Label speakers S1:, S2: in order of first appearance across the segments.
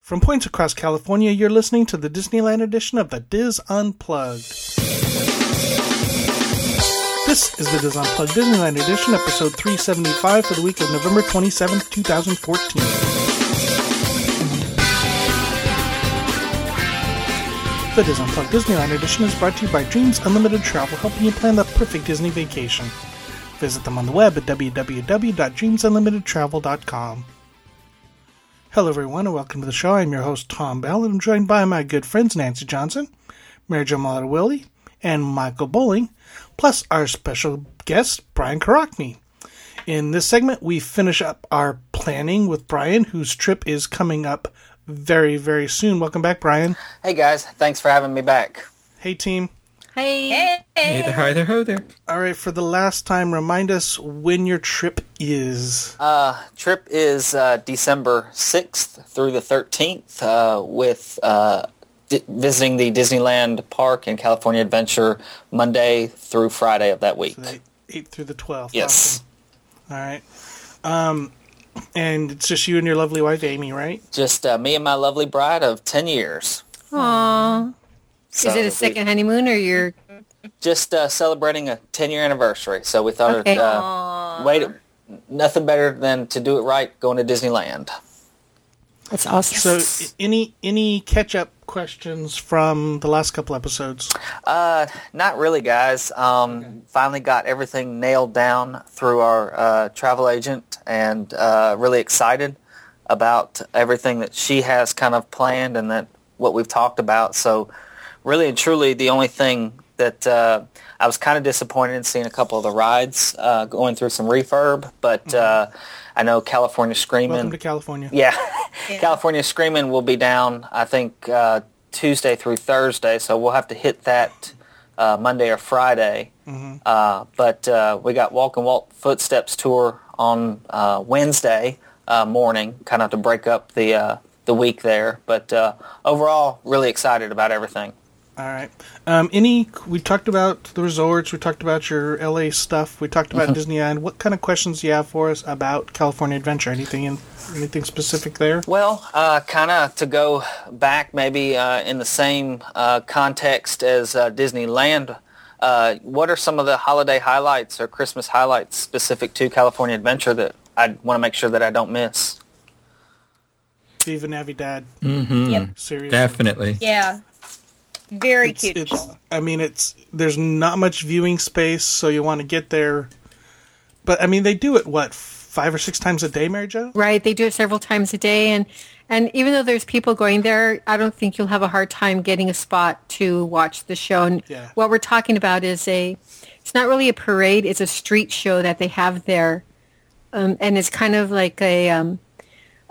S1: From points across California, you're listening to the Disneyland edition of the Diz Unplugged. This is the Diz Unplugged Disneyland edition, episode 375 for the week of November 27th, 2014. The Diz Unplugged Disneyland edition is brought to you by Dreams Unlimited Travel, helping you plan the perfect Disney vacation. Visit them on the web at www.dreamsunlimitedtravel.com. Hello, everyone, and welcome to the show. I'm your host, Tom Bell, and I'm joined by my good friends Nancy Johnson, Mary Jo Willie, and Michael Bowling, plus our special guest, Brian Karachny. In this segment, we finish up our planning with Brian, whose trip is coming up very, very soon. Welcome back, Brian.
S2: Hey guys, thanks for having me back.
S1: Hey, team.
S3: Hey.
S4: Hey there, hi there, ho there.
S1: All right, for the last time, remind us when your trip is.
S2: Uh, trip is uh, December 6th through the 13th uh, with uh, di- visiting the Disneyland Park and California Adventure Monday through Friday of that week.
S1: the 8th through the 12th.
S2: Yes,
S1: Awesome. All right. Um, and it's just you and your lovely wife, Amy, right?
S2: just uh, me and my lovely bride of 10 years.
S3: Aww.
S2: So
S3: is it
S2: we-
S3: a second honeymoon or your?
S2: Just uh, celebrating a 10-year anniversary, so we thought
S3: Okay.
S2: it, uh, wait, nothing better than to do it right going to Disneyland.
S3: That's awesome.
S1: So, i- any any catch up questions from the last couple episodes?
S2: Uh, not really, guys. Um, Finally got everything nailed down through our uh, travel agent, and uh, really excited about everything that she has kind of planned and that what we've talked about. So, really and truly, the only thing that uh, I was kind of disappointed in seeing a couple of the rides uh, going through some refurb, but uh, I know California
S1: Mm-hmm. Welcome
S2: Screaming
S1: to California.
S2: yeah. California Screaming will be down, I think, uh, Tuesday through Thursday, so we'll have to hit that uh, Monday or Friday. Uh, but uh, we got Walk and Walk Footsteps Tour on uh, Wednesday uh, morning, kind of to break up the, uh, the week there. But uh, overall, really excited about everything.
S1: All right. Um, any we talked about the resorts. We talked about your LA stuff. We talked about Disneyland. What kind of questions do you have for us about California Adventure? Anything in, anything specific there?
S2: Well, uh, kind of to go back, maybe uh, in the same uh, context as uh, Disneyland. Uh, what are some of the holiday highlights or Christmas highlights specific to California Adventure that I want to make sure that I don't miss?
S1: Viva Navidad.
S5: Yep.
S1: Seriously.
S4: Definitely.
S5: Yeah. Very
S1: it's,
S5: cute.
S1: it's i mean it's there's not much viewing space so you want to get there but i mean they do it what five or six times a day mary jo
S3: right, they do it several times a day, and and even though there's people going there, I don't think you'll have a hard time getting a spot to watch the show. And
S1: Yeah.
S3: what we're talking about is a, it's not really a parade; it's a street show that they have there, um, and it's kind of like a. Um,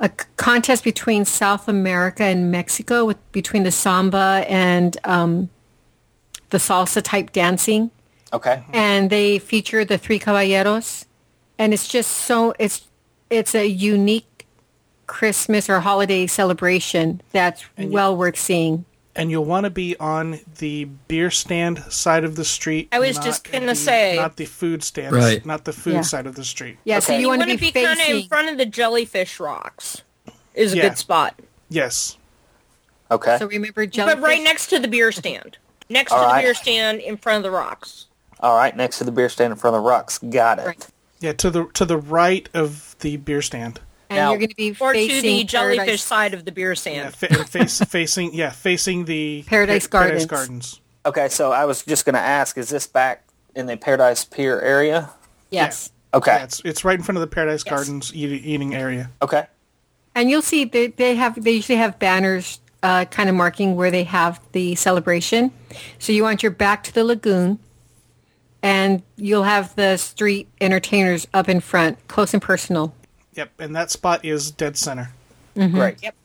S3: a c- contest between South America and Mexico, with between the samba and um, the salsa type dancing.
S2: Okay.
S3: and they feature the three caballeros and it's just so it's it's a unique christmas or holiday celebration that's well worth seeing
S1: and you'll want to be on the beer stand side of the street
S5: I was
S1: not
S5: just gonna
S1: the-
S5: say-
S1: not the food stand
S4: Right.
S1: not the food
S3: Yeah.
S1: side of the street
S3: yeah so
S2: Okay.
S3: you,
S2: You
S3: want to
S5: wanna
S3: be,
S5: kinda
S3: facing
S5: in front of the jellyfish rocks. Is a
S1: Yeah.
S5: good spot,
S1: yes
S2: Okay.
S3: so remember
S5: but
S3: jellyfish
S5: right next to the beer stand. Next
S2: All
S5: to
S2: right.
S5: the beer stand, in front of the rocks.
S2: All right. Next to the beer stand in front of the rocks. Got it.
S3: Right.
S1: yeah to the to the right of the beer stand
S3: and
S2: now-
S3: you're going to be
S5: Or to
S3: facing
S5: the jellyfish
S3: paradise,
S5: side of the beer
S1: yeah,
S5: stand.
S1: fa- and face, facing yeah facing the
S3: Paradise
S1: Pa- paradise
S3: Gardens.
S1: gardens
S2: Okay. So I was just going to ask: Is this back in the Paradise Pier area?
S3: yes
S2: Okay.
S1: yeah, it's, it's right in front of the paradise gardens eat, eating area
S2: Okay.
S3: and you'll see they, they have they usually have banners uh, kind of marking where they have the celebration so you want your back to the lagoon and you'll have the street entertainers up in front close and personal
S1: yep and that spot is dead center
S3: Mm-hmm.
S2: Great.
S5: Yep.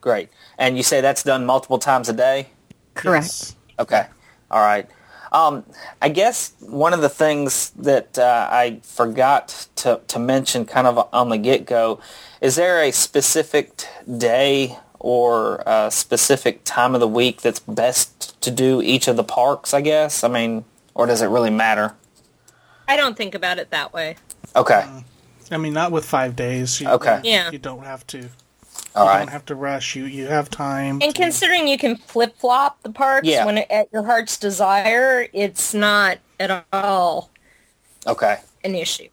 S2: Great. And you say that's done multiple times a day?
S3: correct
S1: Yes.
S2: Okay. All right. Um, I guess one of the things that uh, I forgot to, to mention kind of on the get-go, is there a specific t- day or a specific time of the week that's best to do each of the parks, I guess? I mean, or does it really matter?
S5: I don't think about it that way.
S2: Okay.
S1: Mm, I mean, not with five days. You,
S2: Okay.
S1: You,
S5: Yeah.
S1: You don't have to.
S2: All
S1: you
S2: right.
S1: don't have to rush. You you have time.
S5: And considering you can flip flop the parts
S2: Yeah.
S5: when at your heart's desire, it's not at all
S2: Okay.
S5: an issue.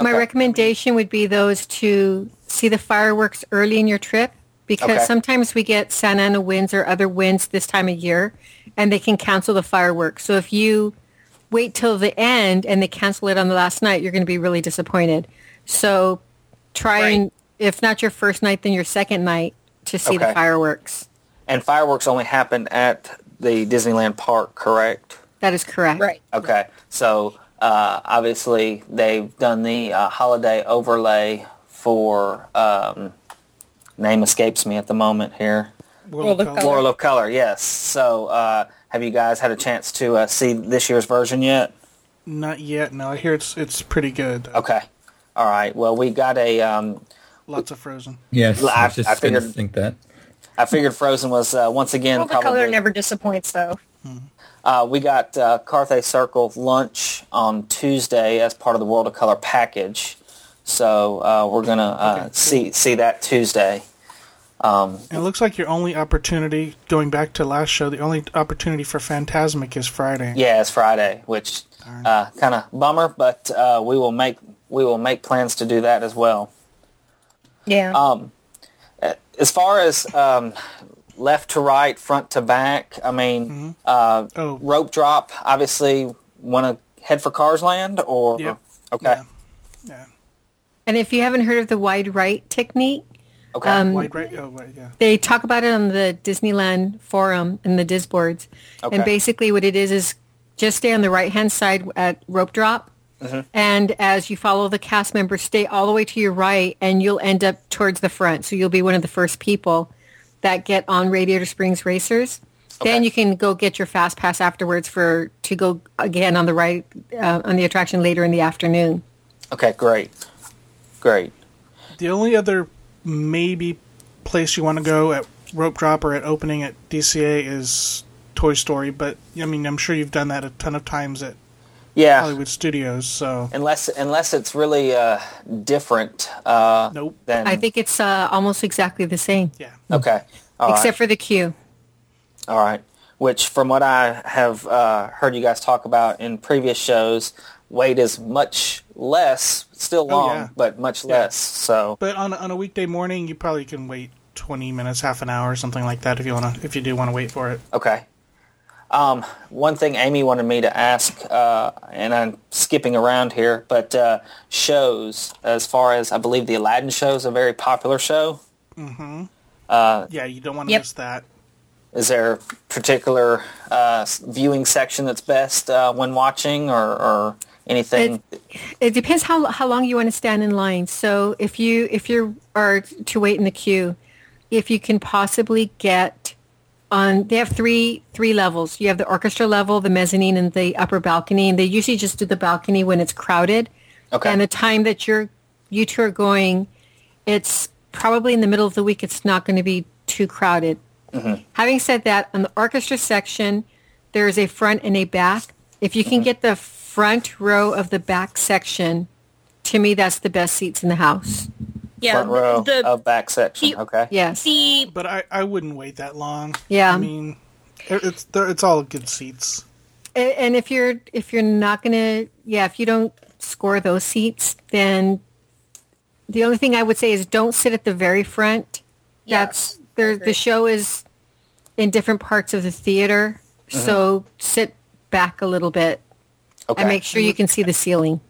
S3: My
S2: Okay.
S3: recommendation would be those to see the fireworks early in your trip because
S2: Okay.
S3: sometimes we get Santa Ana winds or other winds this time of year and they can cancel the fireworks. So if you wait till the end and they cancel it on the last night, you're going to be really disappointed. So try and, if not your first night, then your second night to see the
S2: Okay.
S3: fireworks.
S2: And fireworks only happen at the Disneyland park, correct?
S3: That is correct.
S5: Right.
S2: Okay. So uh, obviously they've done the uh, holiday overlay for um, name escapes me at the moment here.
S1: World of
S5: Well, the
S1: Color.
S5: color.
S2: World of Color, yes. So uh, have you guys had a chance to uh, see this year's version yet?
S1: Not yet. No, I hear it's it's pretty good. though.
S2: Okay. All right. Well, we got a. Um,
S1: Lots of Frozen.
S4: Yes,
S2: Well,
S4: I,
S2: I-
S4: was just
S2: I
S4: going to
S2: figured-
S4: think that.
S2: I figured Frozen was uh, once again
S5: Well, the
S2: probably
S5: color never disappoints, though.
S2: Uh, we got uh, Carthay Circle lunch on Tuesday as part of the World of Color package, so uh, we're gonna uh, see see that Tuesday.
S1: And it looks like your only opportunity, going back to last show, the only opportunity for Phantasmic is Friday.
S2: Yeah, it's Friday, which uh, kind of bummer, but uh, we will make we will make plans to do that as well.
S5: Yeah.
S2: Um, As far as um, left to right, front to back, I mean, uh,
S1: Oh.
S2: rope drop. Obviously, want to head for Cars Land or
S1: Yep.
S2: okay,
S1: Yeah. Yeah.
S3: And if you haven't heard of the wide right technique,
S2: okay,
S3: Um,
S1: White, right? Oh, right, yeah.
S3: they talk about it on the Disneyland forum and the Disboards.
S2: Okay.
S3: And basically what it is is just stay on the right-hand side at rope drop.
S2: Mm-hmm.
S3: And as you follow the cast members, stay all the way to your right and you'll end up towards the front. So you'll be one of the first people that get on Radiator Springs Racers. Then
S2: Okay.
S3: you can go get your fast pass afterwards for to go again on the right uh, on the attraction later in the afternoon.
S2: okay, great, great.
S1: The only other maybe place you want to go at rope drop or at opening at DCA is Toy Story, but I mean, I'm sure you've done that a ton of times at
S2: Yeah,
S1: Hollywood Studios, so
S2: unless unless it's really uh, different. Uh,
S1: nope.
S2: then
S3: I think it's uh, almost exactly the same,
S1: Yeah.
S2: okay, all right,
S3: except for the queue.
S2: all right. Which, from what I have uh, heard you guys talk about in previous shows, wait is much less, still long,
S1: Oh, yeah.
S2: but much less. So
S1: But on a, on a weekday morning, you probably can wait 20 minutes, half an hour, something like that if you want to if you do want to wait for it.
S2: okay. Um, one thing Amy wanted me to ask, uh, and I'm skipping around here, but uh, shows as far as I believe the Aladdin show is a very popular show.
S1: Yeah, you don't want to
S5: Yep.
S1: miss that.
S2: Is there a particular uh, s- viewing section that's best uh, when watching, or, or anything?
S3: It depends how how long you want to stand in line. So if you if you are to wait in the queue, if you can possibly get on, they have three three levels. You have the orchestra level, the mezzanine, and the upper balcony. And they usually just do the balcony when it's crowded.
S2: Okay.
S3: And the time that you're you two are going, it's probably in the middle of the week. It's not going to be too crowded. Having said that, on the orchestra section, there is a front and a back. If you can get the front row of the back section, to me, that's the best seats in the house.
S5: yeah.
S2: front row
S5: um, the,
S2: of back section.
S5: Keep-
S2: okay.
S3: Yes.
S5: the
S1: But I, I wouldn't wait that long.
S3: Yeah.
S1: I mean, it- it's they're- it's all good seats.
S3: A- And if you're if you're not gonna, yeah, if you don't score those seats, then the only thing I would say is don't sit at the very front. That's there. The show is in different parts of the theater, so sit back a little bit
S2: Okay.
S3: and make sure you can see the ceiling.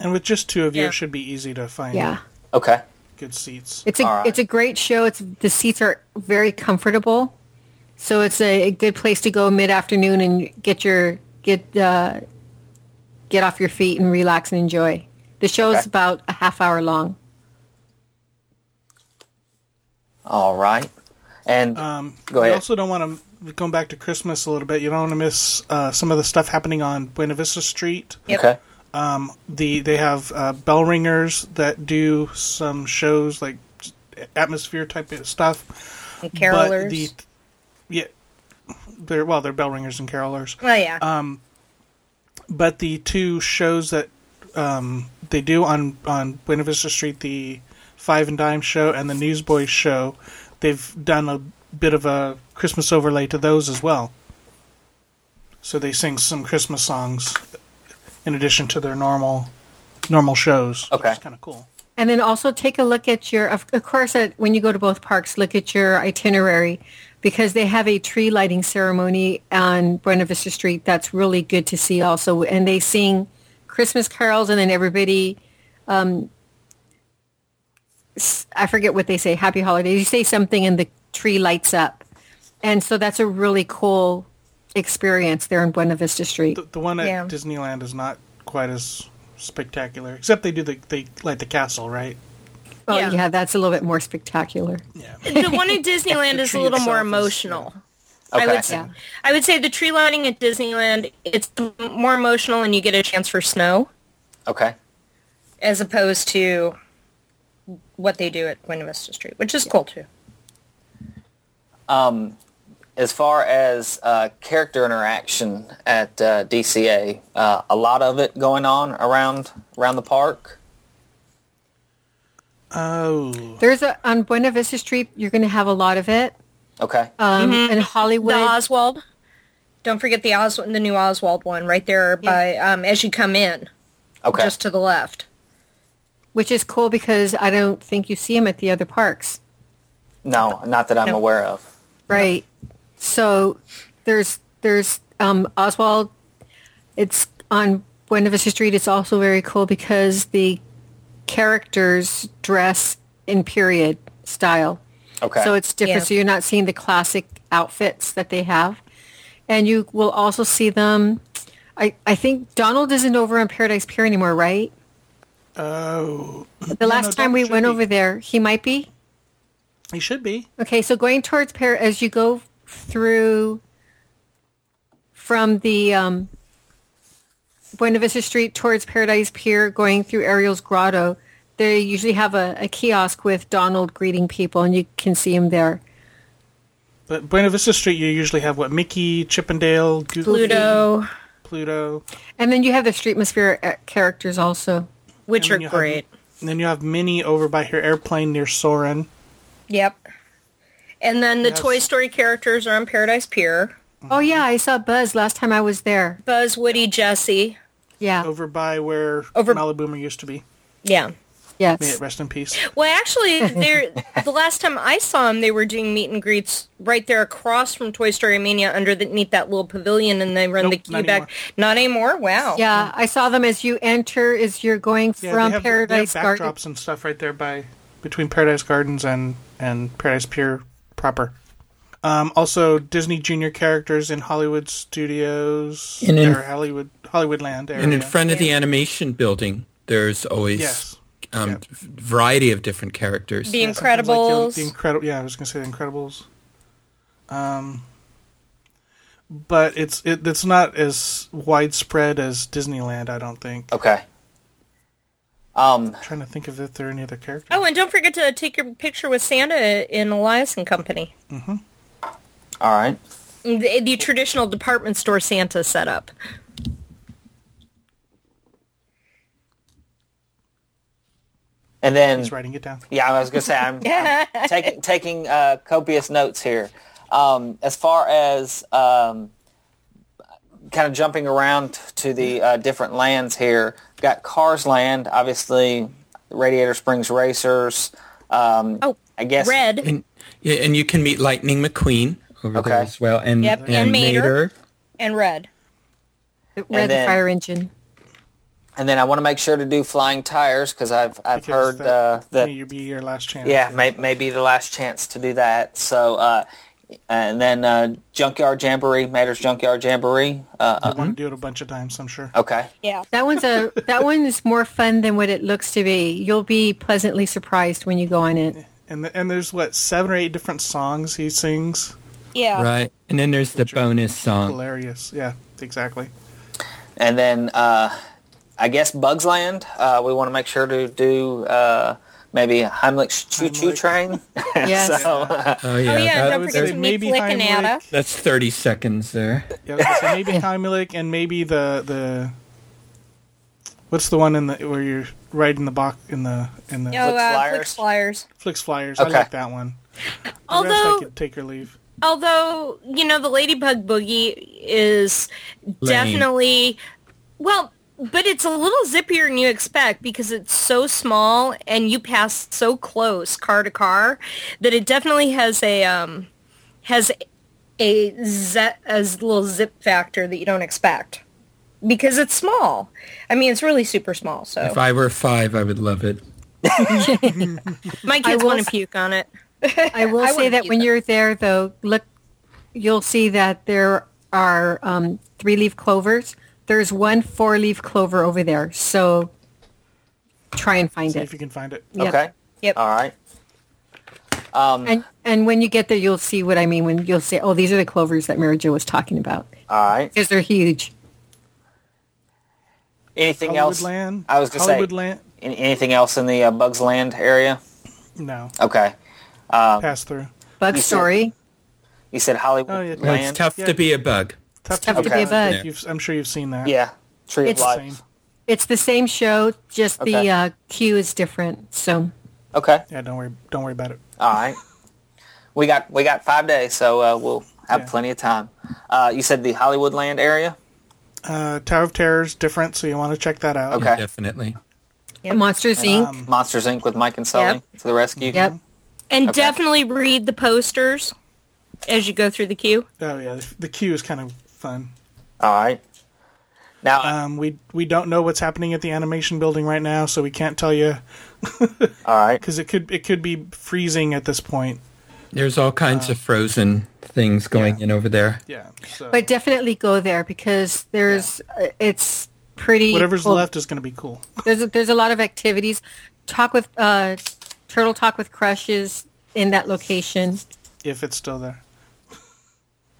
S1: And with just two of you,
S5: Yeah.
S1: it should be easy to find
S3: Yeah.
S2: okay.
S1: good seats.
S3: It's a
S2: All right.
S3: it's a great show. It's the seats are very comfortable, so it's a, a good place to go mid afternoon and get your get uh, get off your feet and relax and enjoy. The show is
S2: Okay.
S3: about a half hour long.
S2: All right. And go
S1: You
S2: ahead.
S1: Um, also don't want to going back to Christmas a little bit. You don't want to miss uh, some of the stuff happening on Buena Vista Street.
S5: Yep.
S2: Okay.
S1: The they have uh, bell ringers that do some shows like atmosphere type of stuff.
S5: carolers.
S1: But the yeah, they're well, they're bell ringers and carolers.
S5: oh, yeah.
S1: um, But the two shows that um, they do on on Buena Vista Street, the Five and Dime show and the Newsboys show, they've done a bit of a Christmas overlay to those as well. So they sing some Christmas songs in addition to their normal normal shows.
S2: Okay.
S1: kind of cool.
S3: And then also take a look at your, of of course, uh, when you go to both parks, look at your itinerary because they have a tree lighting ceremony on Buena Vista Street that's really good to see also. And they sing Christmas carols and then everybody, um, s- I forget what they say, happy holidays. You say something and the tree lights up. And so that's a really cool experience there in Buena Vista Street.
S1: The, the one at
S5: Yeah.
S1: Disneyland is not quite as spectacular, except they do the they light the castle, right?
S3: Oh
S5: Yeah.
S3: yeah, that's a little bit more spectacular.
S1: Yeah.
S5: the one at Disneyland
S1: The
S5: is a
S1: tree
S5: little
S1: itself
S5: more
S1: is-
S5: emotional.
S2: Okay.
S5: I would say,
S3: Yeah.
S5: I would say the tree lighting at Disneyland it's more emotional and you get a chance for snow
S2: Okay.
S5: as opposed to what they do at Buena Vista Street, which is cool too.
S2: as far as uh, character interaction at uh, DCA, uh, a lot of it going on around around the park.
S1: Oh.
S3: There's a on Buena Vista Street. You're going to have a lot of it.
S2: Okay,
S5: Uh,
S3: Um, And
S5: The
S3: Hollywood,
S5: Oswald. Don't forget the Oswald, the new Oswald one right there by um, as you come in,
S2: okay,
S5: just to the left.
S3: which is cool because I don't think you see him at the other parks,
S2: no, not that I'm
S5: No.
S2: aware of.
S3: right? So there's there's um, Oswald. It's on Buena Vista Street. It's also very cool because the characters dress in period style.
S2: Okay,
S3: So it's different.
S5: Yeah.
S3: So you're not seeing the classic outfits that they have. And you will also see them. I, I think Donald isn't over on Paradise Pier anymore, right?
S1: Oh.
S3: The last
S1: no, Donald
S3: time we
S1: should
S3: went
S1: be.
S3: over there, he might be.
S1: He should be.
S3: Okay, so going towards Pair, as you go through from the um, Buena Vista Street towards Paradise Pier, going through Ariel's Grotto, they usually have a, a kiosk with Donald greeting people, and you can see him there.
S1: But Buena Vista Street, you usually have what Mickey, Chippendale, Goofy,
S5: Pluto,
S1: Pluto.
S3: And then you have the Streetmosphere uh, characters also.
S5: which are
S1: you have-
S5: great.
S1: And then you have Minnie over by her airplane near Soren.
S5: Yep. And then the
S1: Yes.
S5: Toy Story characters are on Paradise Pier.
S3: Oh yeah, I saw Buzz last time I was there.
S5: Buzz, Woody, Jesse.
S3: Yeah,
S1: over by where
S5: Over-
S1: Maliboomer used to be.
S5: Yeah.
S1: May it
S3: yes.
S1: rest in peace.
S5: Well, actually, they're, the last time I saw them, they were doing meet and greets right there across from Toy Story Mania underneath that little pavilion, and they run
S1: Nope,
S5: the
S1: not
S5: queue back. Not anymore? Wow.
S3: Yeah, I saw them as you enter, as you're going
S1: Yeah,
S3: from
S1: they have,
S3: Paradise
S1: they have backdrops
S3: Garden.
S1: and stuff right there by between Paradise Gardens and and Paradise Pier proper. Um, also, Disney Junior characters in Hollywood Studios
S4: And in-
S1: or Hollywood Hollywoodland area.
S4: And in front of the animation building, there's always
S1: Yes.
S4: um,
S1: Yeah.
S4: v- variety of different characters.
S5: The
S1: Sometimes, like, you'll-
S5: Incredibles.
S1: the Incredible. Yeah, I was gonna say the Incredibles. Um, but it's it, it's not as widespread as Disneyland. I don't think.
S2: okay. Um,
S1: I'm trying to think of if there are any other characters.
S5: oh, and don't forget to take your picture with Santa in Elias and Company.
S2: all right.
S5: The, the traditional department store Santa setup.
S2: And then,
S1: He's writing it down.
S2: yeah, I was gonna say I'm, I'm taking taking uh, copious notes here. Um, as far as um, kind of jumping around to the uh, different lands here. We've got Cars Land, obviously, Radiator Springs Racers. Um,
S5: Oh,
S2: I guess
S5: Red.
S4: And, yeah, and you can meet Lightning McQueen over there
S2: Okay.
S4: as well, and
S5: Yep,
S4: and,
S5: and Mater.
S4: Mater.
S5: And red.
S3: Red
S2: then-
S3: uh, fire engine.
S2: And then I want to make sure to do Flying Tires because I've I've
S1: Because
S2: heard uh, that
S1: may you be your last chance.
S2: yeah may, may be the last chance to do that. So uh, and then uh, Junkyard Jamboree, Matters Junkyard Jamboree. Uh, uh,
S1: I want to do it a bunch of times. I'm sure.
S2: okay,
S5: Yeah.
S3: That one's a that one is more fun than what it looks to be. You'll be pleasantly surprised when you go on it.
S1: And the, and there's what seven or eight different songs he sings.
S5: Yeah.
S4: right? And then there's the bonus song.
S1: Hilarious. Yeah, exactly.
S2: and then uh, I guess Bugs Land. Uh, we want to make sure to do uh, maybe Heimlich's Choo Choo
S1: Heimlich.
S2: Train.
S3: Yes.
S2: so
S4: Oh yeah,
S5: Oh, yeah,
S4: that-
S5: don't
S1: would
S5: forget
S1: say
S5: to meet
S1: maybe
S5: Flick and
S1: Heimlich.
S5: Ada.
S4: that's thirty seconds there.
S1: Yeah, I was gonna say, maybe Heimlich and maybe the the what's the one in the where you're right in the box in the in the
S5: Oh, uh,
S2: Flyers.
S5: Flix Flyers.
S1: Flicks Flyers. I
S2: Okay.
S1: like that one. The rest I
S5: Although-
S1: could take or leave.
S5: Although, you know, the Ladybug Boogie is definitely, well, but it's a little zippier than you expect because it's so small and you pass so close car to car that it definitely has a, um, has a, z- a little zip factor that you don't expect because it's small. I mean, it's really super small. So
S4: If I were five, I would love it.
S5: my kids
S3: will
S5: want
S3: s-
S5: to puke on it.
S3: I will
S5: I
S3: say
S5: wouldn't
S3: that when
S5: either.
S3: you're there, though, look, you'll see that there are um, three-leaf clovers. There's one four-leaf clover over there, so try and find
S1: See
S3: it.
S1: if you can find it.
S3: Yep.
S2: Okay.
S5: Yep.
S2: All right.
S3: And and when you get there, you'll see what I mean. When you'll say, "Oh, these are the clovers that Mary Jo was talking about,"
S2: All right.
S3: because they're huge.
S2: Anything else?
S1: Hollywoodland.
S2: I was gonna say-
S1: Hollywoodland.
S2: An- Anything else in the uh, Bugs Land area?
S1: No,
S2: Okay. Oh.
S1: pass through.
S3: Bug
S2: You said-
S3: story.
S2: You said Hollywood
S1: Oh, yeah.
S4: Well,
S2: Land.
S4: it's tough
S1: Yeah.
S4: to be a bug.
S1: Tough
S3: Tough to be a bug.
S1: You've, I'm sure you've seen that.
S2: Yeah. Tree
S3: It's-
S2: of
S1: Same.
S2: Life.
S3: It's the same show, just
S2: Okay.
S3: the uh, cue is different. So
S2: Okay.
S1: Yeah. Don't worry. Don't worry about it.
S2: All right. We got we got five days, so uh, we'll have
S1: Yeah.
S2: plenty of time. Uh, you said the Hollywood Land area.
S1: Uh, Tower of Terror is different, so you want to check that out.
S2: Okay.
S4: Definitely.
S3: Monsters Inc.
S2: Monsters Inc. with Mike and Sully to the rescue.
S3: yep.
S5: And
S2: Okay.
S5: definitely read the posters as you go through the queue.
S1: Oh yeah, the, the queue is kind of fun.
S2: All right. Now,
S1: Um, we we don't know what's happening at the animation building right now, so we can't tell you
S2: all right.
S1: because it could it could be freezing at this point.
S4: There's all
S1: Uh,
S4: kinds of frozen things going in over there.
S1: Yeah. So
S3: But definitely go there because there's uh, it's pretty.
S1: whatever's
S3: cool.
S1: left is going to be cool.
S3: There's a, there's a lot of activities. Talk with uh, Turtle Talk with Crushes in that location.
S1: if it's still there.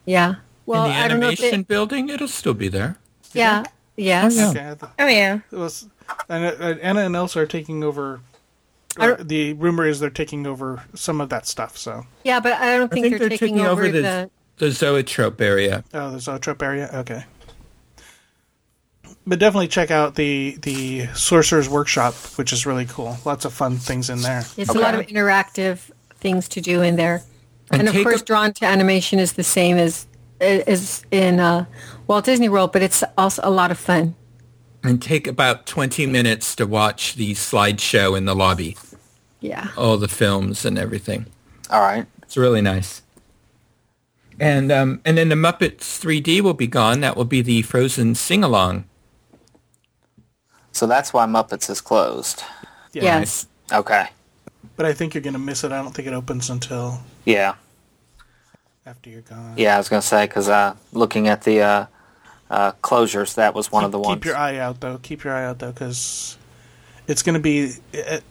S3: Yeah. Well,
S4: in the
S3: I don't know. If
S4: animation
S3: it,
S4: building, it'll still be there.
S3: yeah. Yes.
S4: yeah.
S1: Okay. I th-
S5: Oh, yeah.
S1: it was- and, uh, Anna and Elsa are taking over.
S3: I
S1: or
S3: don't-
S1: the rumor is they're taking over some of that stuff. So,
S3: Yeah, but I don't
S4: I
S3: think, they're, taking, over, the.
S4: the zoetrope area.
S1: oh, the Zoetrope area. Okay, but definitely check out the the Sorcerer's Workshop, which is really cool. Lots of fun things in there.
S3: It's a lot of interactive things to do in there,
S4: And
S3: and, of
S4: take
S3: course,
S4: a-
S3: drawn to animation is the same as as in uh, Walt Disney World, but it's also a lot of fun.
S4: And take about 20 minutes to watch the slideshow in the lobby.
S3: Yeah.
S4: All the films and everything.
S2: All right.
S4: It's really nice. And um, and then the Muppets 3D will be gone. That will be the Frozen sing along.
S2: So that's why Muppets is closed.
S1: Yeah.
S3: yes.
S2: Okay.
S1: But I think you're going to miss it. I don't think it opens until
S2: Yeah.
S1: after you're gone.
S2: Yeah, I was gonna say because uh, looking at the uh, uh, closures, that was one of the ones.
S1: Keep your eye out though. Keep your eye out though, because it's going to be at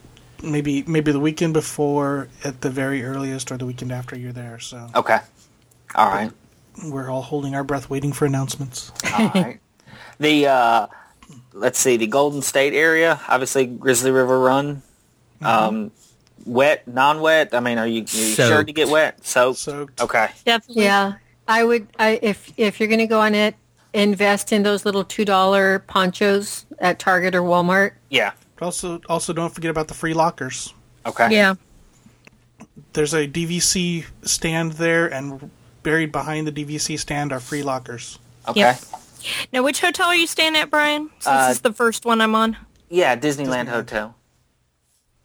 S1: maybe maybe the weekend before at the very earliest, or the weekend after you're there. So
S2: okay. All right.
S1: we're all holding our breath, waiting for announcements.
S2: All right. The uh, let's see, the Golden State area, obviously Grizzly River Run.
S1: Mm-hmm.
S2: Um, wet, non-wet. I mean, are you, are you sure
S4: Soaked.
S2: to get wet? Soaked.
S1: Soaked.
S2: Okay.
S5: Definitely.
S3: Yeah. I would. I if if you're going to go on it, invest in those little two dollar ponchos at Target or Walmart.
S2: Yeah.
S1: Also, also don't forget about the free lockers.
S2: Okay.
S5: Yeah.
S1: There's a DVC stand there, and buried behind the DVC stand are free lockers.
S2: Okay.
S5: Yep. Now, which hotel are you staying at, Brian? Since
S2: Uh,
S5: this is the first one I'm on.
S2: Yeah, Disneyland Hotel.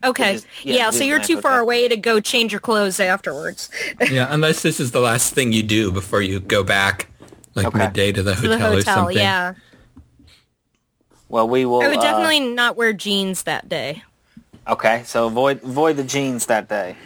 S5: Okay.
S2: Which is- yeah,
S5: yeah, so
S2: Disneyland
S5: you're too far
S2: Hotel.
S5: away to go change your clothes afterwards.
S4: Yeah, unless this is the last thing you do before you go back, like
S2: Okay.
S4: midday to the
S5: to
S4: hotel,
S5: the
S4: or
S5: hotel,
S4: something.
S5: yeah.
S2: Well, we will.
S5: I would
S2: uh,
S5: definitely not wear jeans that day.
S2: okay, so avoid avoid the jeans that day.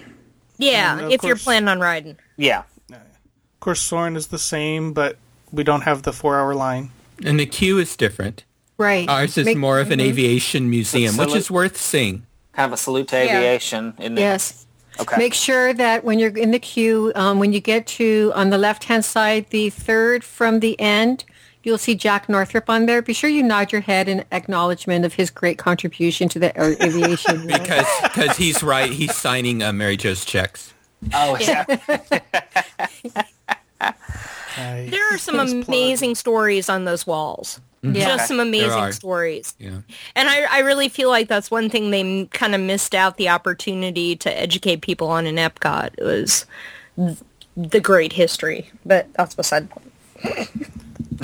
S5: Yeah,
S1: Mm, of
S5: if you're
S1: course.
S5: planning on riding.
S2: Yeah.
S1: Of course, Soren is the same, but we don't have the four-hour line.
S4: And the queue is different.
S3: Right.
S4: Ours is
S3: Make-
S4: Oh,
S3: Mm-hmm.
S4: more of an aviation museum,
S2: So
S4: which
S2: let-
S4: is worth seeing.
S2: Kind of a salute to aviation. In the,
S3: Yes.
S2: Okay.
S3: Make sure that when you're in the queue, um, when you get to on the left hand side, the third from the end, you'll see Jack Northrop on there. Be sure you nod your head in acknowledgement of his great contribution to the air- aviation.
S4: Because cause he's right. He's signing uh, Mary Jo's checks.
S2: oh yeah.
S1: I-
S5: There are some
S1: Nice plug.
S5: amazing stories on those walls.
S3: Yeah.
S5: Just some
S4: Mm-hmm. There
S5: amazing
S4: are.
S5: stories.
S4: Yeah.
S5: And I, I really feel like that's one thing they kind of missed out the opportunity to educate people on in Epcot was th- the great history. But that's beside the point.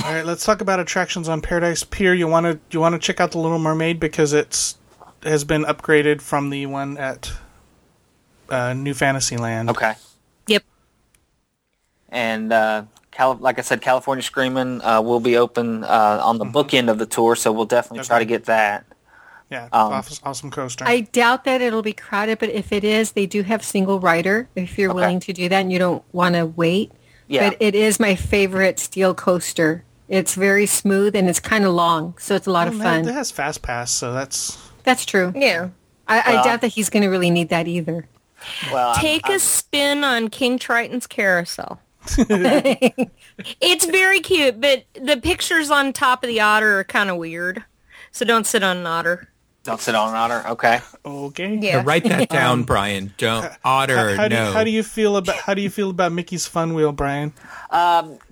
S1: All right, let's talk about attractions on Paradise Pier. You want to you want to check out the Little Mermaid because it's has been upgraded from the one at uh, New Fantasyland.
S2: Okay.
S5: Yep.
S2: and uh, Cali- like I said, California Screaming uh, will be open uh, on the
S1: Mm-hmm.
S2: bookend of the tour, so we'll definitely try to get that.
S1: Yeah,
S2: Um,
S1: awes- awesome coaster.
S3: I doubt that it'll be crowded, but if it is, they do have single rider if you're willing to do that and you don't want to wait.
S2: Yeah.
S3: But it is my favorite steel coaster. It's very smooth and it's kind of long, so it's a lot
S1: Oh,
S3: of
S1: man,
S3: fun.
S1: It has Fast Pass, so that's
S3: That's true.
S5: Yeah.
S3: I, I
S2: Well,
S3: doubt that he's going to really need that either.
S2: Well, I'm-
S5: Take
S2: I'm-
S5: a spin on King Triton's carousel. it's very cute, but the pictures on top of the otter are kind of weird. So don't sit on an otter.
S2: don't sit on an otter. Okay.
S1: okay.
S4: Now write that down, Brian. Don't otter.
S1: Um, How do,
S4: no.
S1: you, how do you feel about how do you feel about Mickey's Fun Wheel, Brian?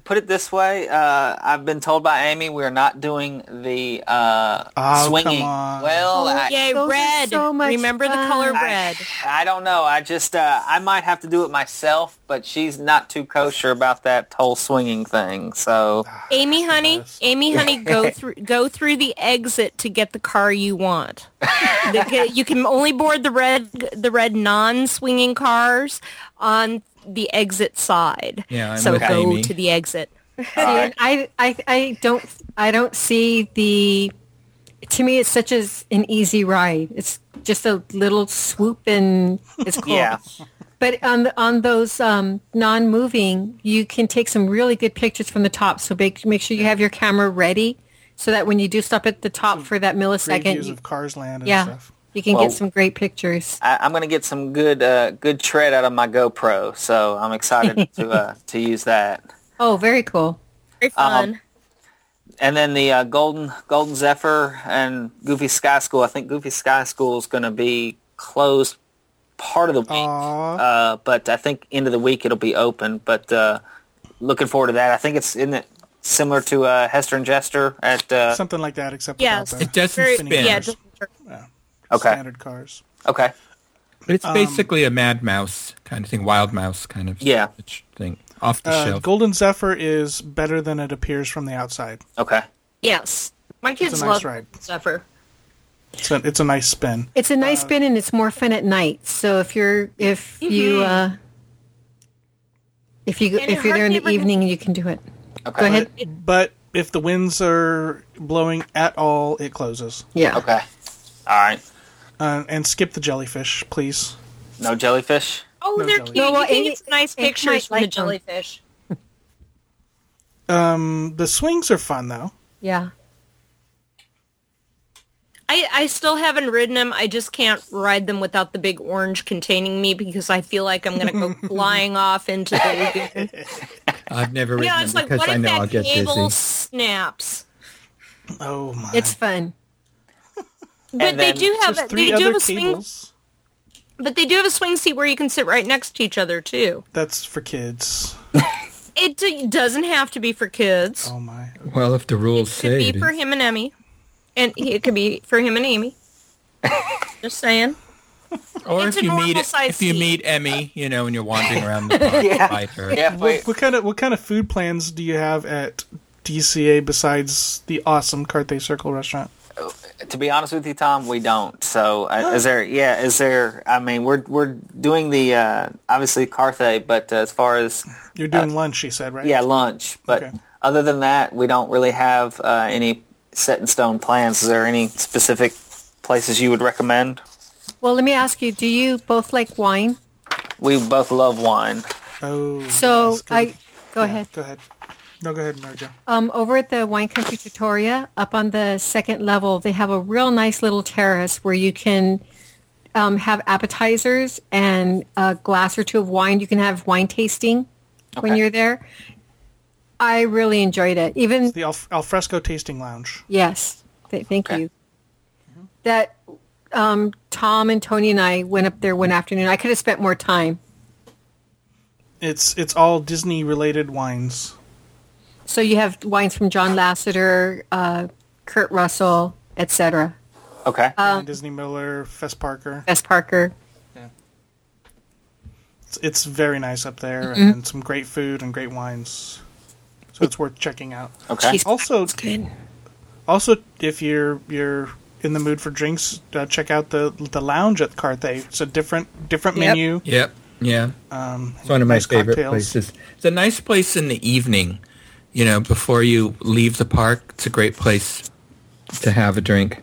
S2: Put it this way: uh, I've been told by Amy we are not doing the uh,
S1: Oh,
S2: swinging.
S1: come on.
S2: Well, I,
S5: Yay,
S3: those are
S5: red.
S3: so much
S5: Remember
S3: fun.
S5: the color
S3: I-
S5: red.
S2: I don't know. I just uh, I might have to do it myself, but she's not too kosher about that whole swinging thing. So
S1: Ah.
S5: Amy, honey, Amy, honey, go through go through the exit to get the car you want. The ca- you can only board the red the red non swinging cars on the exit side.
S4: Yeah, I'm
S5: so
S4: with
S5: go
S4: Amy.
S5: to the exit.
S3: Um, And I, I, I don't, I don't see the. To me, it's such as an easy ride. It's just a little swoop and it's cool.
S2: Yeah.
S3: But on the, on those um, non-moving, you can take some really good pictures from the top. So make make sure you have your camera ready, so that when you do stop at the top for that millisecond,
S1: Previews
S3: you,
S1: of Cars Land and
S3: yeah,
S1: stuff.
S3: you can
S2: Well-
S3: get some great pictures.
S2: I, I'm going to get some good uh, good tread out of my GoPro, so I'm excited to uh, to use that.
S3: Oh, very cool.
S5: Very fun.
S2: And then the uh, golden golden zephyr and Goofy Sky School. I think Goofy Sky School is going to be closed part of the week, uh, but I think end of the week it'll be open. But uh, looking forward to that. I think it's isn't it similar to uh, Hester and Jester at uh,
S1: Something like that, except
S5: Yes.
S1: without
S4: It
S1: the
S4: doesn't
S5: Very-
S4: spin.
S5: yeah, just-
S2: okay
S1: standard cars.
S2: okay
S4: But
S1: um,
S4: it's basically a mad mouse kind of thing, wild mouse kind of
S2: Yeah.
S4: thing, off the
S1: Uh,
S4: shelf.
S1: Golden Zephyr is better than it appears from the outside.
S2: okay.
S5: yes. My kids
S1: nice
S5: love
S1: ride.
S5: Zephyr.
S1: It's a, it's a nice spin.
S3: It's a
S5: Uh,
S3: nice spin and it's more fun at night. So if you're if you uh, if you
S5: Mm-hmm. And
S3: if you're there in
S5: hardly
S3: the
S5: ever-
S3: evening, you can do it.
S2: Okay.
S3: Go ahead.
S1: But if the winds are blowing at all, it closes.
S3: Yeah.
S2: Okay. All right.
S1: Uh, and skip the jellyfish, please.
S2: No jellyfish.
S5: Oh, they're
S1: jelly.
S5: cute.
S3: No, well,
S5: you can
S3: Amy-
S5: get some nice
S3: Amy might
S5: pictures from the
S3: like them.
S5: jellyfish.
S1: The swings are fun though.
S3: Yeah.
S5: I, I still haven't ridden them. I just can't ride them without the big orange containing me because I feel like I'm going to go flying off into the lagoon.
S4: I've never written
S5: Yeah,
S4: them
S5: it's like,
S4: because
S5: what
S4: I
S5: if
S4: know I'll
S5: that
S4: get
S5: cable
S4: dizzy.
S5: snaps?
S1: Oh my!
S3: It's fun.
S5: But they
S2: then
S5: do have
S1: There's
S5: a,
S1: three
S5: they do
S1: other
S5: have a swing.
S1: cables.
S5: But they do have a swing seat where you can sit right next to each other too.
S1: That's for kids.
S5: It d- doesn't have to be for kids.
S1: Oh my!
S4: Well, if the rules
S5: it could
S4: say it
S5: be for
S4: is.
S5: him and Emmy, and it could be for him and Amy. just saying.
S4: or
S5: It's
S4: if
S5: a
S4: you meet
S5: normal-sized
S4: if you
S5: seat.
S4: meet Emmy, you know, when you're wandering around the park, yeah. her.
S2: Yeah. Wait.
S1: What kind of what kind of food plans do you have at DCA besides the awesome Carthay Circle restaurant?
S2: to be honest with you, Tom, we don't. So uh, is there? Yeah, is there? I mean, we're we're doing the uh, obviously Carthay, but uh, as far as
S1: You're doing lunch, she said, right?
S2: yeah lunch, but
S1: Okay.
S2: other than that, we don't really have uh, any set in stone plans. Is there any specific places you would recommend?
S3: Well, let me ask you: Do you both like wine?
S2: We both love wine.
S1: Oh.
S3: So
S1: yes, go-
S3: I go ahead.
S1: Go ahead. No, go ahead, Marjo.
S3: Um, over at the Wine Country Trattoria, up on the second level, they have a real nice little terrace where you can um, have appetizers and a glass or two of wine. You can have wine tasting when
S2: Okay.
S3: you're there. I really enjoyed it. Even
S1: The Alf- Alfresco Tasting Lounge.
S3: Yes. Th- thank
S2: Okay.
S3: you. That um, Tom and Tony and I went up there one afternoon. I could have spent more time.
S1: It's it's all Disney related wines.
S3: So you have wines from John Lasseter, uh, Kurt Russell, etc.
S2: Okay.
S3: Uh,
S1: Brian Disney Miller, Fess Parker.
S3: Wes Parker.
S1: It's, it's very nice up there,
S3: Mm-hmm.
S1: and, and some great food and great wines. So it's worth checking out.
S2: okay.
S3: She's
S1: Also,
S3: good.
S1: Also, if you're you're in the mood for drinks, uh, check out the the lounge at Carthay. It's a different different
S3: Yep.
S1: menu.
S4: Yep. Yeah.
S1: Um,
S4: It's one of my
S1: nice
S4: favorite
S1: cocktails.
S4: places. It's a nice place in the evening, you know, before you leave the park. It's a great place to have a drink.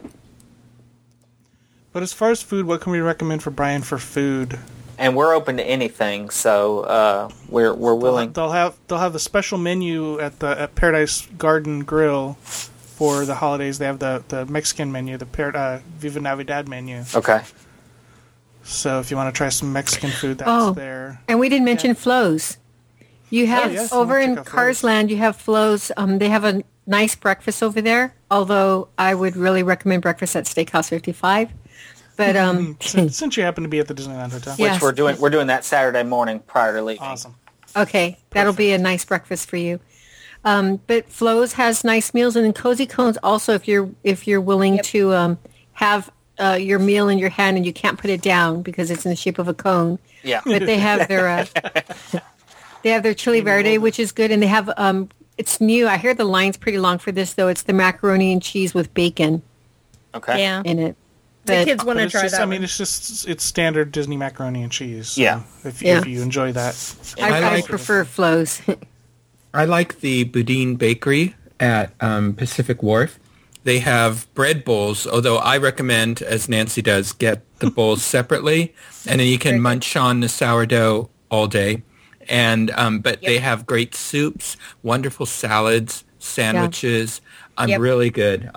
S1: But as far as food, what can we recommend for Brian for food?
S2: And we're open to anything, so uh, we're we're willing.
S1: They'll have they'll have a special menu at the at Paradise Garden Grill for the holidays. They have the, the Mexican menu, the Par- uh, Viva Navidad menu.
S2: Okay.
S1: So if you want to try some Mexican food, that's
S3: Oh.
S1: there.
S3: And we didn't mention Flo's. You have
S1: Oh, yes,
S3: over
S1: I'll
S3: in
S1: check out Flo's.
S3: Carsland, you have Flo's. Um, they have a nice breakfast over there. Although I would really recommend breakfast at Steakhouse 55. But um,
S1: Since, since you happen to be at the Disneyland Hotel,
S3: Yeah.
S2: Which we're doing we're doing that Saturday morning prior to leaving.
S1: awesome.
S3: Okay, that'll be a nice breakfast for you. Um, but Flo's has nice meals, and then Cozy Cones also. If you're if you're willing to um, have uh, your meal in your hand and you can't put it down because it's in the shape of a cone,
S2: Yeah.
S3: but they have their uh, they have their chili verde, which is good, and they have um, it's new. I hear the line's pretty long for this though. It's the macaroni and cheese with bacon
S2: Okay.
S5: Yeah.
S3: in it.
S5: The
S3: But-
S5: kids want
S1: But
S5: to
S1: it's
S5: try
S1: just,
S5: that.
S1: I mean,
S5: one.
S1: it's just it's standard Disney macaroni and cheese. so
S2: Yeah.
S1: If,
S3: Yeah.
S1: if you enjoy that,
S3: I,
S4: I
S3: I,
S4: like-
S3: prefer Flo's.
S4: I like the Boudin Bakery at um, Pacific Wharf. They have bread bowls, although I recommend, as Nancy does, get the bowls separately, and then you can munch on the sourdough all day. And um, but they have great soups, wonderful salads, sandwiches. I'm
S5: Yep.
S4: really good.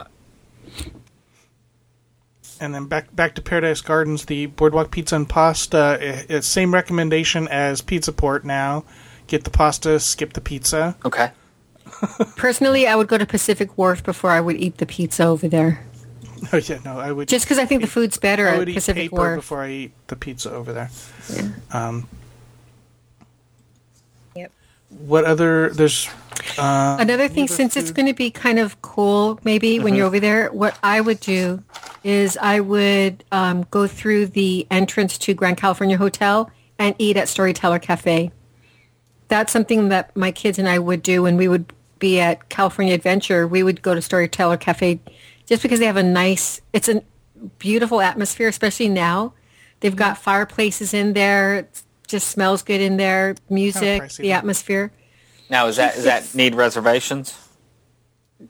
S1: And then back back to Paradise Gardens, the Boardwalk Pizza and Pasta. i- i- same recommendation as Pizza Port now. Get the pasta, skip the pizza.
S2: Okay.
S3: Personally, I would go to Pacific Wharf before I would eat the pizza over there.
S1: Oh yeah, no, I would
S3: Just because I think the food's better
S1: I
S3: at
S1: would eat
S3: Pacific
S1: paper
S3: Wharf.
S1: before I eat the pizza over there. Um,
S5: Yep.
S1: What other? There's
S3: Another thing, since it's going to be kind of cool, maybe when
S1: Mm-hmm.
S3: you're over there, what I would do is I would um, go through the entrance to Grand California Hotel and eat at Storyteller Cafe. That's something that my kids and I would do when we would be at California Adventure. We would go to Storyteller Cafe just because they have a nice, it's a beautiful atmosphere, especially now. They've
S1: Mm-hmm.
S3: got fireplaces in there. It just smells good in there. Music,
S1: pricey,
S3: the
S1: though.
S3: atmosphere.
S2: Now is that is that need reservations?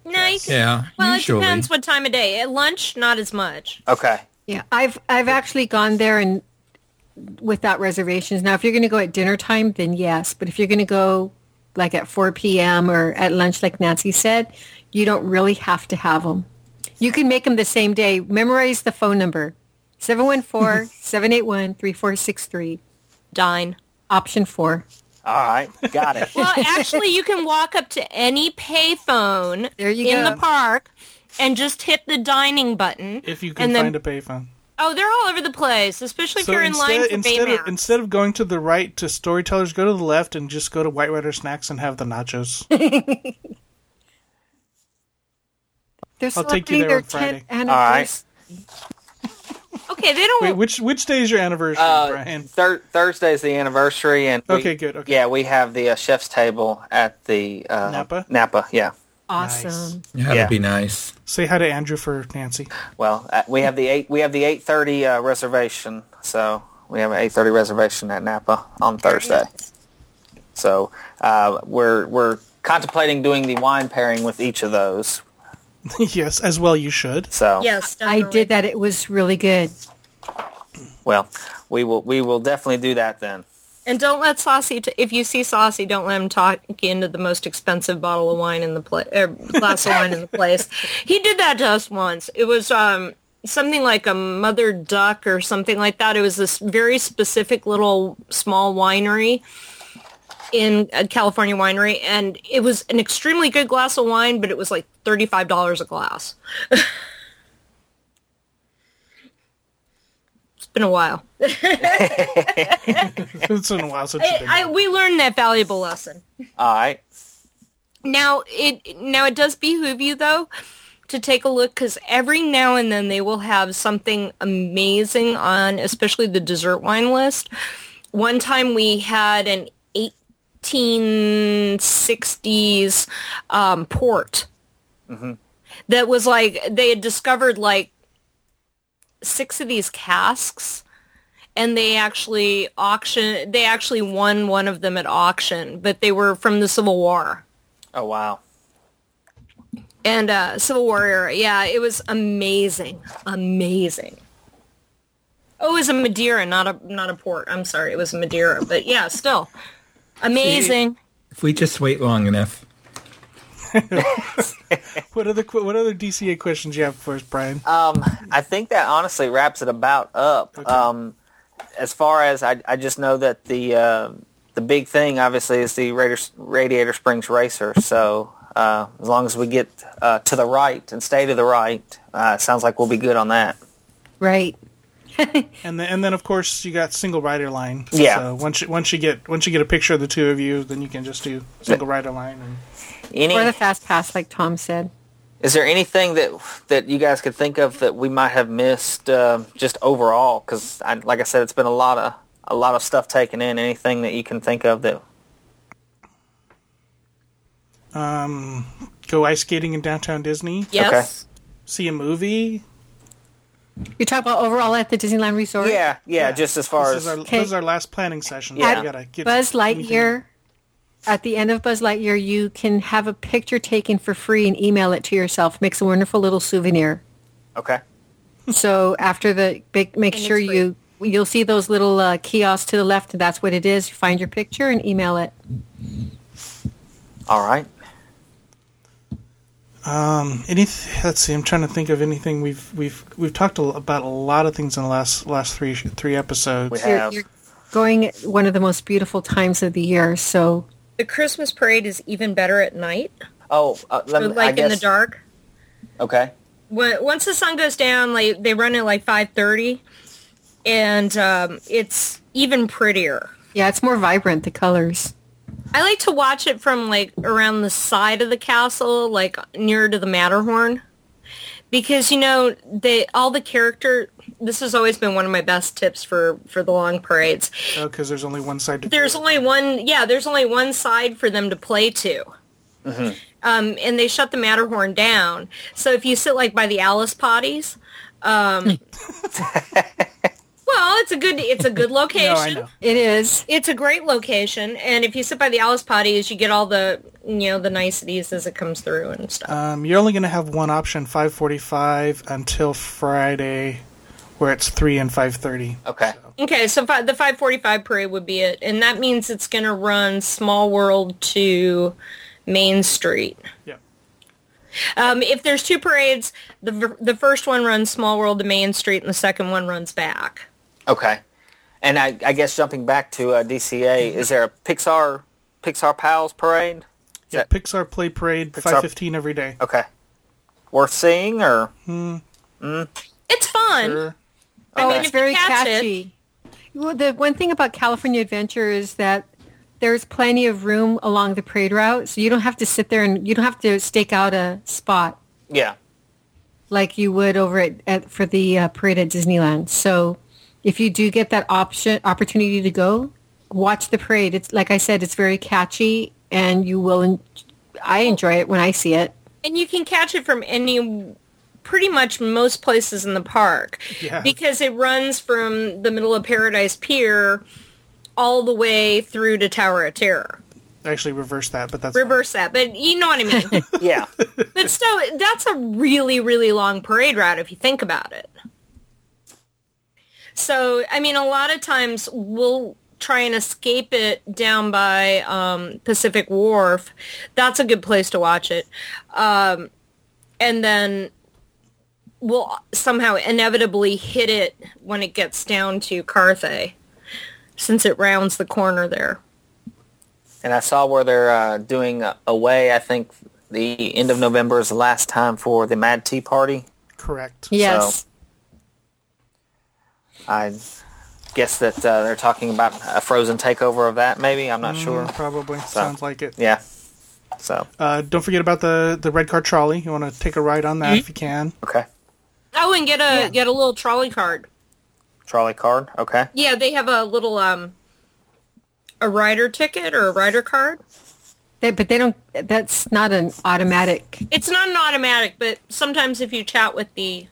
S5: Nice.
S4: Yeah,
S5: Well,
S4: usually.
S5: it depends what time of day. At lunch, not as much.
S2: Okay.
S3: Yeah, I've I've actually gone there and without reservations. Now, if you're going to go at dinner time, then yes. But if you're going to go like at 4 p.m. or at lunch, like Nancy said, you don't really have to have them. You can make them the same day. Memorize the phone number: 714-781-3463,
S5: Dine.
S3: option four.
S2: All right. Got it.
S5: Well, actually, you can walk up to any payphone
S3: There you
S5: in
S3: go.
S5: the park and just hit the dining button.
S1: if you can
S5: and then,
S1: find a payphone.
S5: oh, they're all over the place, especially if you're in line for
S1: instead,
S5: Baymax.
S1: of, instead of going to the right to Storytellers, go to the left and just go to White Rider Snacks and have the nachos.
S3: They're
S1: I'll take you
S3: celebrating
S1: there on
S3: their 10th
S1: Friday.
S2: right.
S3: anniversary.
S5: okay, they don't.
S1: Wait, which which day is your anniversary,
S2: Uh,
S1: Brian?
S2: thir- Thursday is the anniversary, and we-
S1: Okay, good, okay.
S2: Yeah, we have the uh, chef's table at the uh,
S1: Napa?
S2: Napa, yeah.
S3: Awesome.
S4: That'd
S2: Yeah.
S4: be nice.
S1: Say hi to Andrew for Nancy.
S2: Well, uh, we have the eight. We have the eight thirty uh, reservation. So we have an eight thirty reservation at Napa on Thursday. So uh, we're we're contemplating doing the wine pairing with each of those.
S1: yes, as well you should.
S2: So
S5: Yes,
S3: I did that. It was really good.
S2: well, we will we will definitely do that then.
S5: And don't let Saucy. T- if you see Saucy, don't let him talk into the most expensive bottle of wine in the place, er, glass of wine in the place. He did that to us once. It was um, something like a mother duck or something like that. It was this very specific little small winery in a California winery, and it was an extremely good glass of wine, but it was like thirty-five dollars a glass. it's been a while.
S1: it's been a while since you've been.
S5: I, we learned that valuable lesson.
S2: All right.
S5: Now it now it does behoove you though to take a look because every now and then they will have something amazing on, especially the dessert wine list. One time we had an 1860s um, port that was like they had discovered like six of these casks and they actually auction they actually won one of them at auction but they were from the civil war
S2: Oh wow.
S5: and uh civil war era yeah it was amazing amazing oh it was a madeira not a not a port i'm sorry it was a madeira but yeah still amazing
S4: If we just wait long enough.
S1: What other que- what other DCA questions you have for us, Brian?
S2: Uh, I think that honestly wraps it about up. Um, as far as I, I just know that the uh, the big thing obviously is the Radiator, Radiator Springs Racer. So uh, as long as we get uh, to the right and stay to the right, uh, it sounds like we'll be good on that.
S3: Right.
S1: and then and then of course you got single rider line.
S2: Yeah.
S1: So once you, once you get once you get a picture of the two of you, then you can just do single rider line. And
S2: Any
S3: Or the fast pass, like Tom said.
S2: is there anything that that you guys could think of that we might have missed uh, just overall? Because I, like I said, it's been a lot of a lot of stuff taken in. Anything that you can think of that
S1: go ice skating in downtown Disney.
S5: yes
S1: See a movie.
S3: You talk about overall at the Disneyland Resort.
S2: yeah, yeah, just as far
S1: This is
S2: as
S1: our
S3: Okay.
S1: this is our last planning session. so
S2: Yeah.
S1: we gotta get
S3: Buzz
S1: anything-
S3: Lightyear. At the end of Buzz Lightyear, you can have a picture taken for free and email it to yourself. Makes a wonderful little souvenir.
S2: okay.
S3: So after the big, make
S5: And it's
S3: sure
S5: free.
S3: you you'll see those little uh, kiosks to the left. and That's what it is. You find your picture and email it.
S2: All right.
S1: Any let's see, I'm trying to think of anything we've we've we've talked a l about a lot of things in the last last three three episodes.
S2: We
S3: You're,
S2: have
S3: you're going at one of the most beautiful times of the year. So
S5: the christmas parade is even better at night
S2: Oh, uh, let me, I
S5: like
S2: guess,
S5: in the dark
S2: Okay.
S5: when, once the sun goes down, like they run at like five thirty, and um, it's even prettier.
S3: yeah, it's more vibrant. The colors.
S5: I like to watch it from like around the side of the castle, like near to the Matterhorn, because you know they all the character. This has always been one of my best tips for for the long parades.
S1: because Oh, there's only one side to
S5: There's only one, yeah, there's only one side for them to play to.
S1: Mm-hmm.
S5: Um, and they shut the Matterhorn down. So if you sit like by the Alice potties, um, well, it's a good it's a good
S1: No,
S5: location.
S1: I know.
S3: It is.
S5: It's a great location, and if you sit by the Alice potties, you get all the you know the niceties as it comes through and stuff.
S3: Uh.
S1: Um, you're only going to have one option, 5:45 until Friday, where it's three and 5:30.
S2: Okay.
S5: Okay, so fi- the 545 parade would be it, and that means it's going to run Small World to Main Street.
S1: Yeah.
S5: Um, if there's two parades, the v- the first one runs Small World to Main Street, and the second one runs back.
S2: Okay. And I, I guess jumping back to uh, DCA, is there a Pixar Pixar Pals parade? Is
S1: Yeah,
S2: that-
S1: Pixar Oh. Play Parade, 5:15 every day.
S2: okay. Worth seeing or
S5: It's fun.
S1: Sure.
S5: I
S3: Oh, it's
S5: mean, if you
S3: very
S5: catch it-
S3: catchy. Well, the one thing about California Adventure is that there's plenty of room along the parade route, so you don't have to sit there and you don't have to stake out a spot
S2: yeah.
S3: like you would over at, at for the uh, parade at Disneyland. So, if you do get that option opportunity to go, watch the parade. It's like I said, it's very catchy, and you will. En- I enjoy it when I see it.
S5: and you can catch it from any pretty much most places in the park
S1: Yeah.
S5: because it runs from the middle of paradise pier all the way through to tower of terror
S1: I actually reversed that, but that's fine.
S5: reverse that but you know what i mean
S2: Yeah.
S5: but still that's a really really long parade route if you think about it so i mean a lot of times we'll try and escape it down by um, pacific wharf that's a good place to watch it Um, and then we'll somehow inevitably hit it when it gets down to Carthay, since it rounds the corner there.
S2: and I saw where they're uh, doing away. I think the end of November is the last time for the Mad Tea Party.
S1: correct.
S3: Yes,
S2: I guess that uh, they're
S5: Mm.
S2: talking about a frozen takeover of that. Maybe I'm not sure.
S1: Probably sounds like it.
S2: Yeah. So
S1: Uh, don't forget about the the red car trolley. You want to take a ride on that if you can.
S2: okay,
S5: Oh, and get a
S3: Yeah.
S5: get a little trolley card.
S2: trolley card. Okay,
S5: Yeah, they have a little um a rider ticket or a rider card.
S3: They, but they don't. That's not an automatic.
S5: It's not an automatic, but sometimes if you chat with the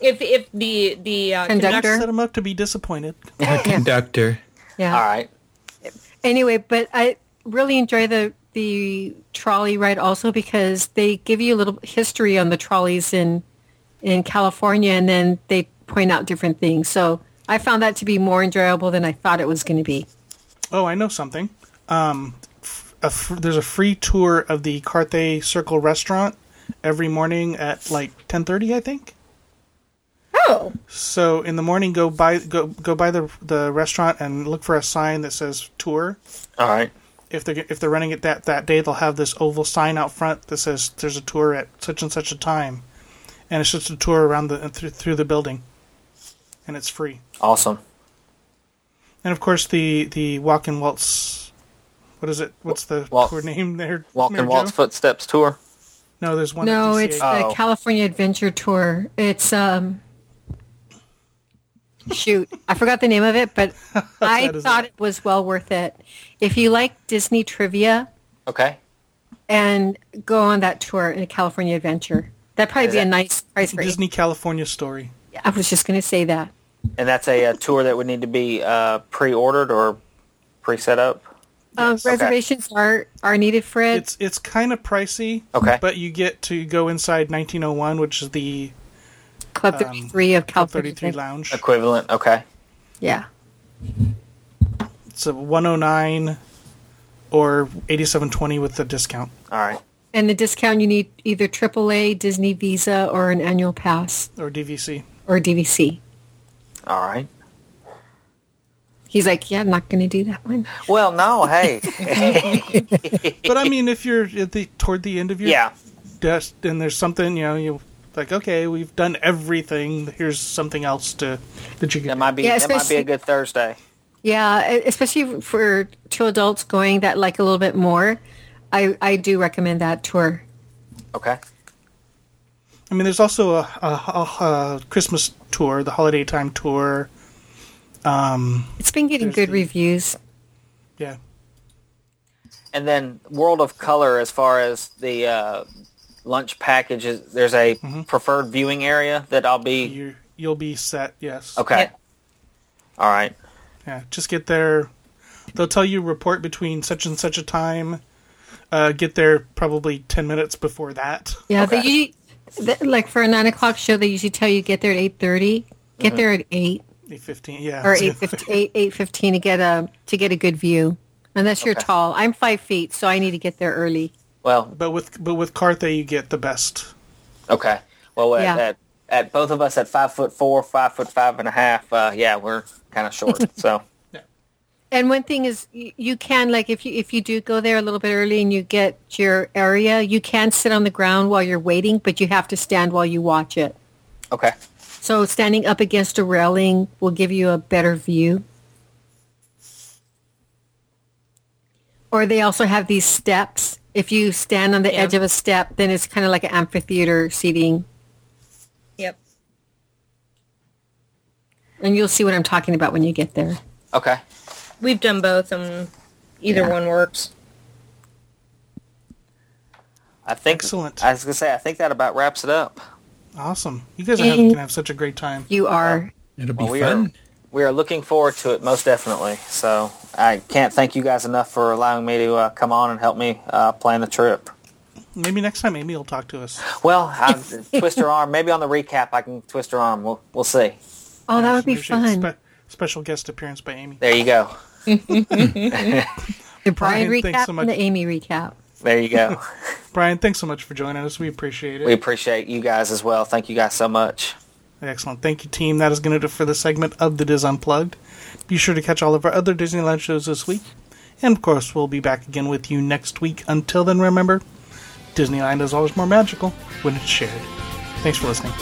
S5: if if the the uh,
S3: Conductor.
S5: conductor
S1: Set him up to be disappointed.
S4: Conductor.
S3: Yeah.
S2: all right.
S3: Anyway, but I really enjoy the the trolley ride also because they give you a little history on the trolleys in in California, and then they point out different things. So I found that to be more enjoyable than I thought it was going to be.
S1: Oh, I know something. Um, f- a fr- there's a free tour of the Carthay Circle restaurant every morning at like 10:30, I think.
S5: Oh,
S1: So in the morning, go by go go by the the restaurant and look for a sign that says tour.
S2: All right.
S1: If they're get- if they're running it that that day, they'll have this oval sign out front that says there's a tour at such and such a time, and it's just a tour around the through, through the building, and it's free.
S2: Awesome.
S1: And of course the the walk and waltz. What is it? What's the
S2: Walk-
S1: tour name there?
S2: Walk
S1: Mary
S2: and Walt's
S1: Jo?
S2: Footsteps Tour.
S1: No, there's one. at
S3: No,
S1: DCA.
S3: it's the
S2: Oh.
S3: California Adventure Tour. It's um shoot, I forgot the name of it, but I
S1: sad is
S3: thought
S1: that?
S3: it was well worth it. If you like Disney trivia
S2: Okay.
S3: and go on that tour in a California Adventure. That'd probably
S2: Is
S3: be a
S2: that
S3: nice price for
S1: Disney California story.
S3: you. I was just gonna say that.
S2: And that's a, uh tour that would need to be uh, pre-ordered or pre-set up.
S3: Um,
S2: okay.
S3: reservations are are needed for it.
S1: It's it's kind of pricey.
S2: Okay.
S1: But you get to go inside 1901, which is the
S3: Club thirty three of California.
S1: 33
S3: Adventure.
S1: lounge.
S2: Equivalent. Okay.
S3: Yeah.
S1: It's a 109 or 8720 with the discount.
S2: All right.
S3: And the discount you need either AAA, Disney Visa, or an annual pass
S1: Or DVC.
S3: or DVC.
S2: All right.
S3: He's like, yeah, I'm not going to do that one.
S2: Well, no. Hey.
S1: But I mean, if you're at the toward the end of your
S2: yeah.
S1: desk and there's something, you know, you like, okay, we've done everything. Here's something else to that you
S2: That
S1: can.
S2: might be.
S3: Yeah,
S2: that might be a
S3: especially-
S2: good Thursday.
S3: Yeah, e- especially for two adults going that like a little bit more. I, I do recommend that tour.
S2: Okay.
S1: I mean, there's also a, a, a, a Christmas tour, the holiday time tour.
S3: It's been getting good reviews.
S1: Yeah.
S2: And then World of Color, as far as the uh, lunch package, is, there's a
S3: Mm-hmm.
S2: preferred viewing area that I'll be.
S1: You you'll be set. Yes.
S2: Okay.
S5: Yeah.
S2: All right.
S1: Yeah, just get there. They'll tell you report between such and such a time. Uh, get there probably ten minutes before that.
S3: Yeah, they usually, th like for a nine o'clock show, they usually tell you get there at eight thirty. Get there at eight
S1: Eight fifteen. Yeah.
S3: or eight eight eight fifteen to get a to get a good view. Unless you're tall, I'm five feet, so I need to get there early.
S2: Well.
S1: But with but with Carthay, you get the best.
S2: Okay. Well, at,
S3: Yeah.
S2: at, at both of us at five foot four, five foot five and a half. Uh, yeah, we're kind of short. so.
S3: And one thing is, you, you can like if you if you do go there a little bit early and you get to your area, you can sit on the ground while you're waiting, but you have to stand while you watch it.
S2: Okay.
S3: So standing up against a railing will give you a better view. Or they also have these steps. If you stand on the
S5: Yeah.
S3: edge of a step, then it's kind of like an amphitheater seating,
S5: yep.
S3: and you'll see what I'm talking about when you get there.
S2: Okay.
S5: We've done both, and either
S3: Yeah.
S5: one works.
S2: I think
S1: Excellent.
S2: I was gonna say I think that about wraps it up.
S1: Awesome. You guys are having, can have such a great time.
S3: You are
S4: It'll be
S2: Well, we
S4: fun.
S2: are we are looking forward to it most definitely. So I can't thank you guys enough for allowing me to uh, come on and help me uh, plan the trip.
S1: Maybe next time Amy will talk to us.
S2: Well, I twist her arm. Maybe on the recap I can twist her arm. We'll we'll see.
S3: oh, that would be
S1: Maybe she has
S3: fun.
S1: spe- special guest appearance by Amy.
S2: There you go.
S3: The Brian
S1: Brian, thanks
S3: recap
S1: so much.
S3: and the Amy recap.
S2: There you go.
S1: Brian, thanks so much for joining us. We appreciate it.
S2: we appreciate you guys as well. Thank you guys so much.
S1: Excellent. Thank you, team. That is going to do it for the segment of the Diz Unplugged. Be sure to catch all of our other Disneyland shows this week. And of course, we'll be back again with you next week. Until then, remember Disneyland is always more magical when it's shared. Thanks for listening.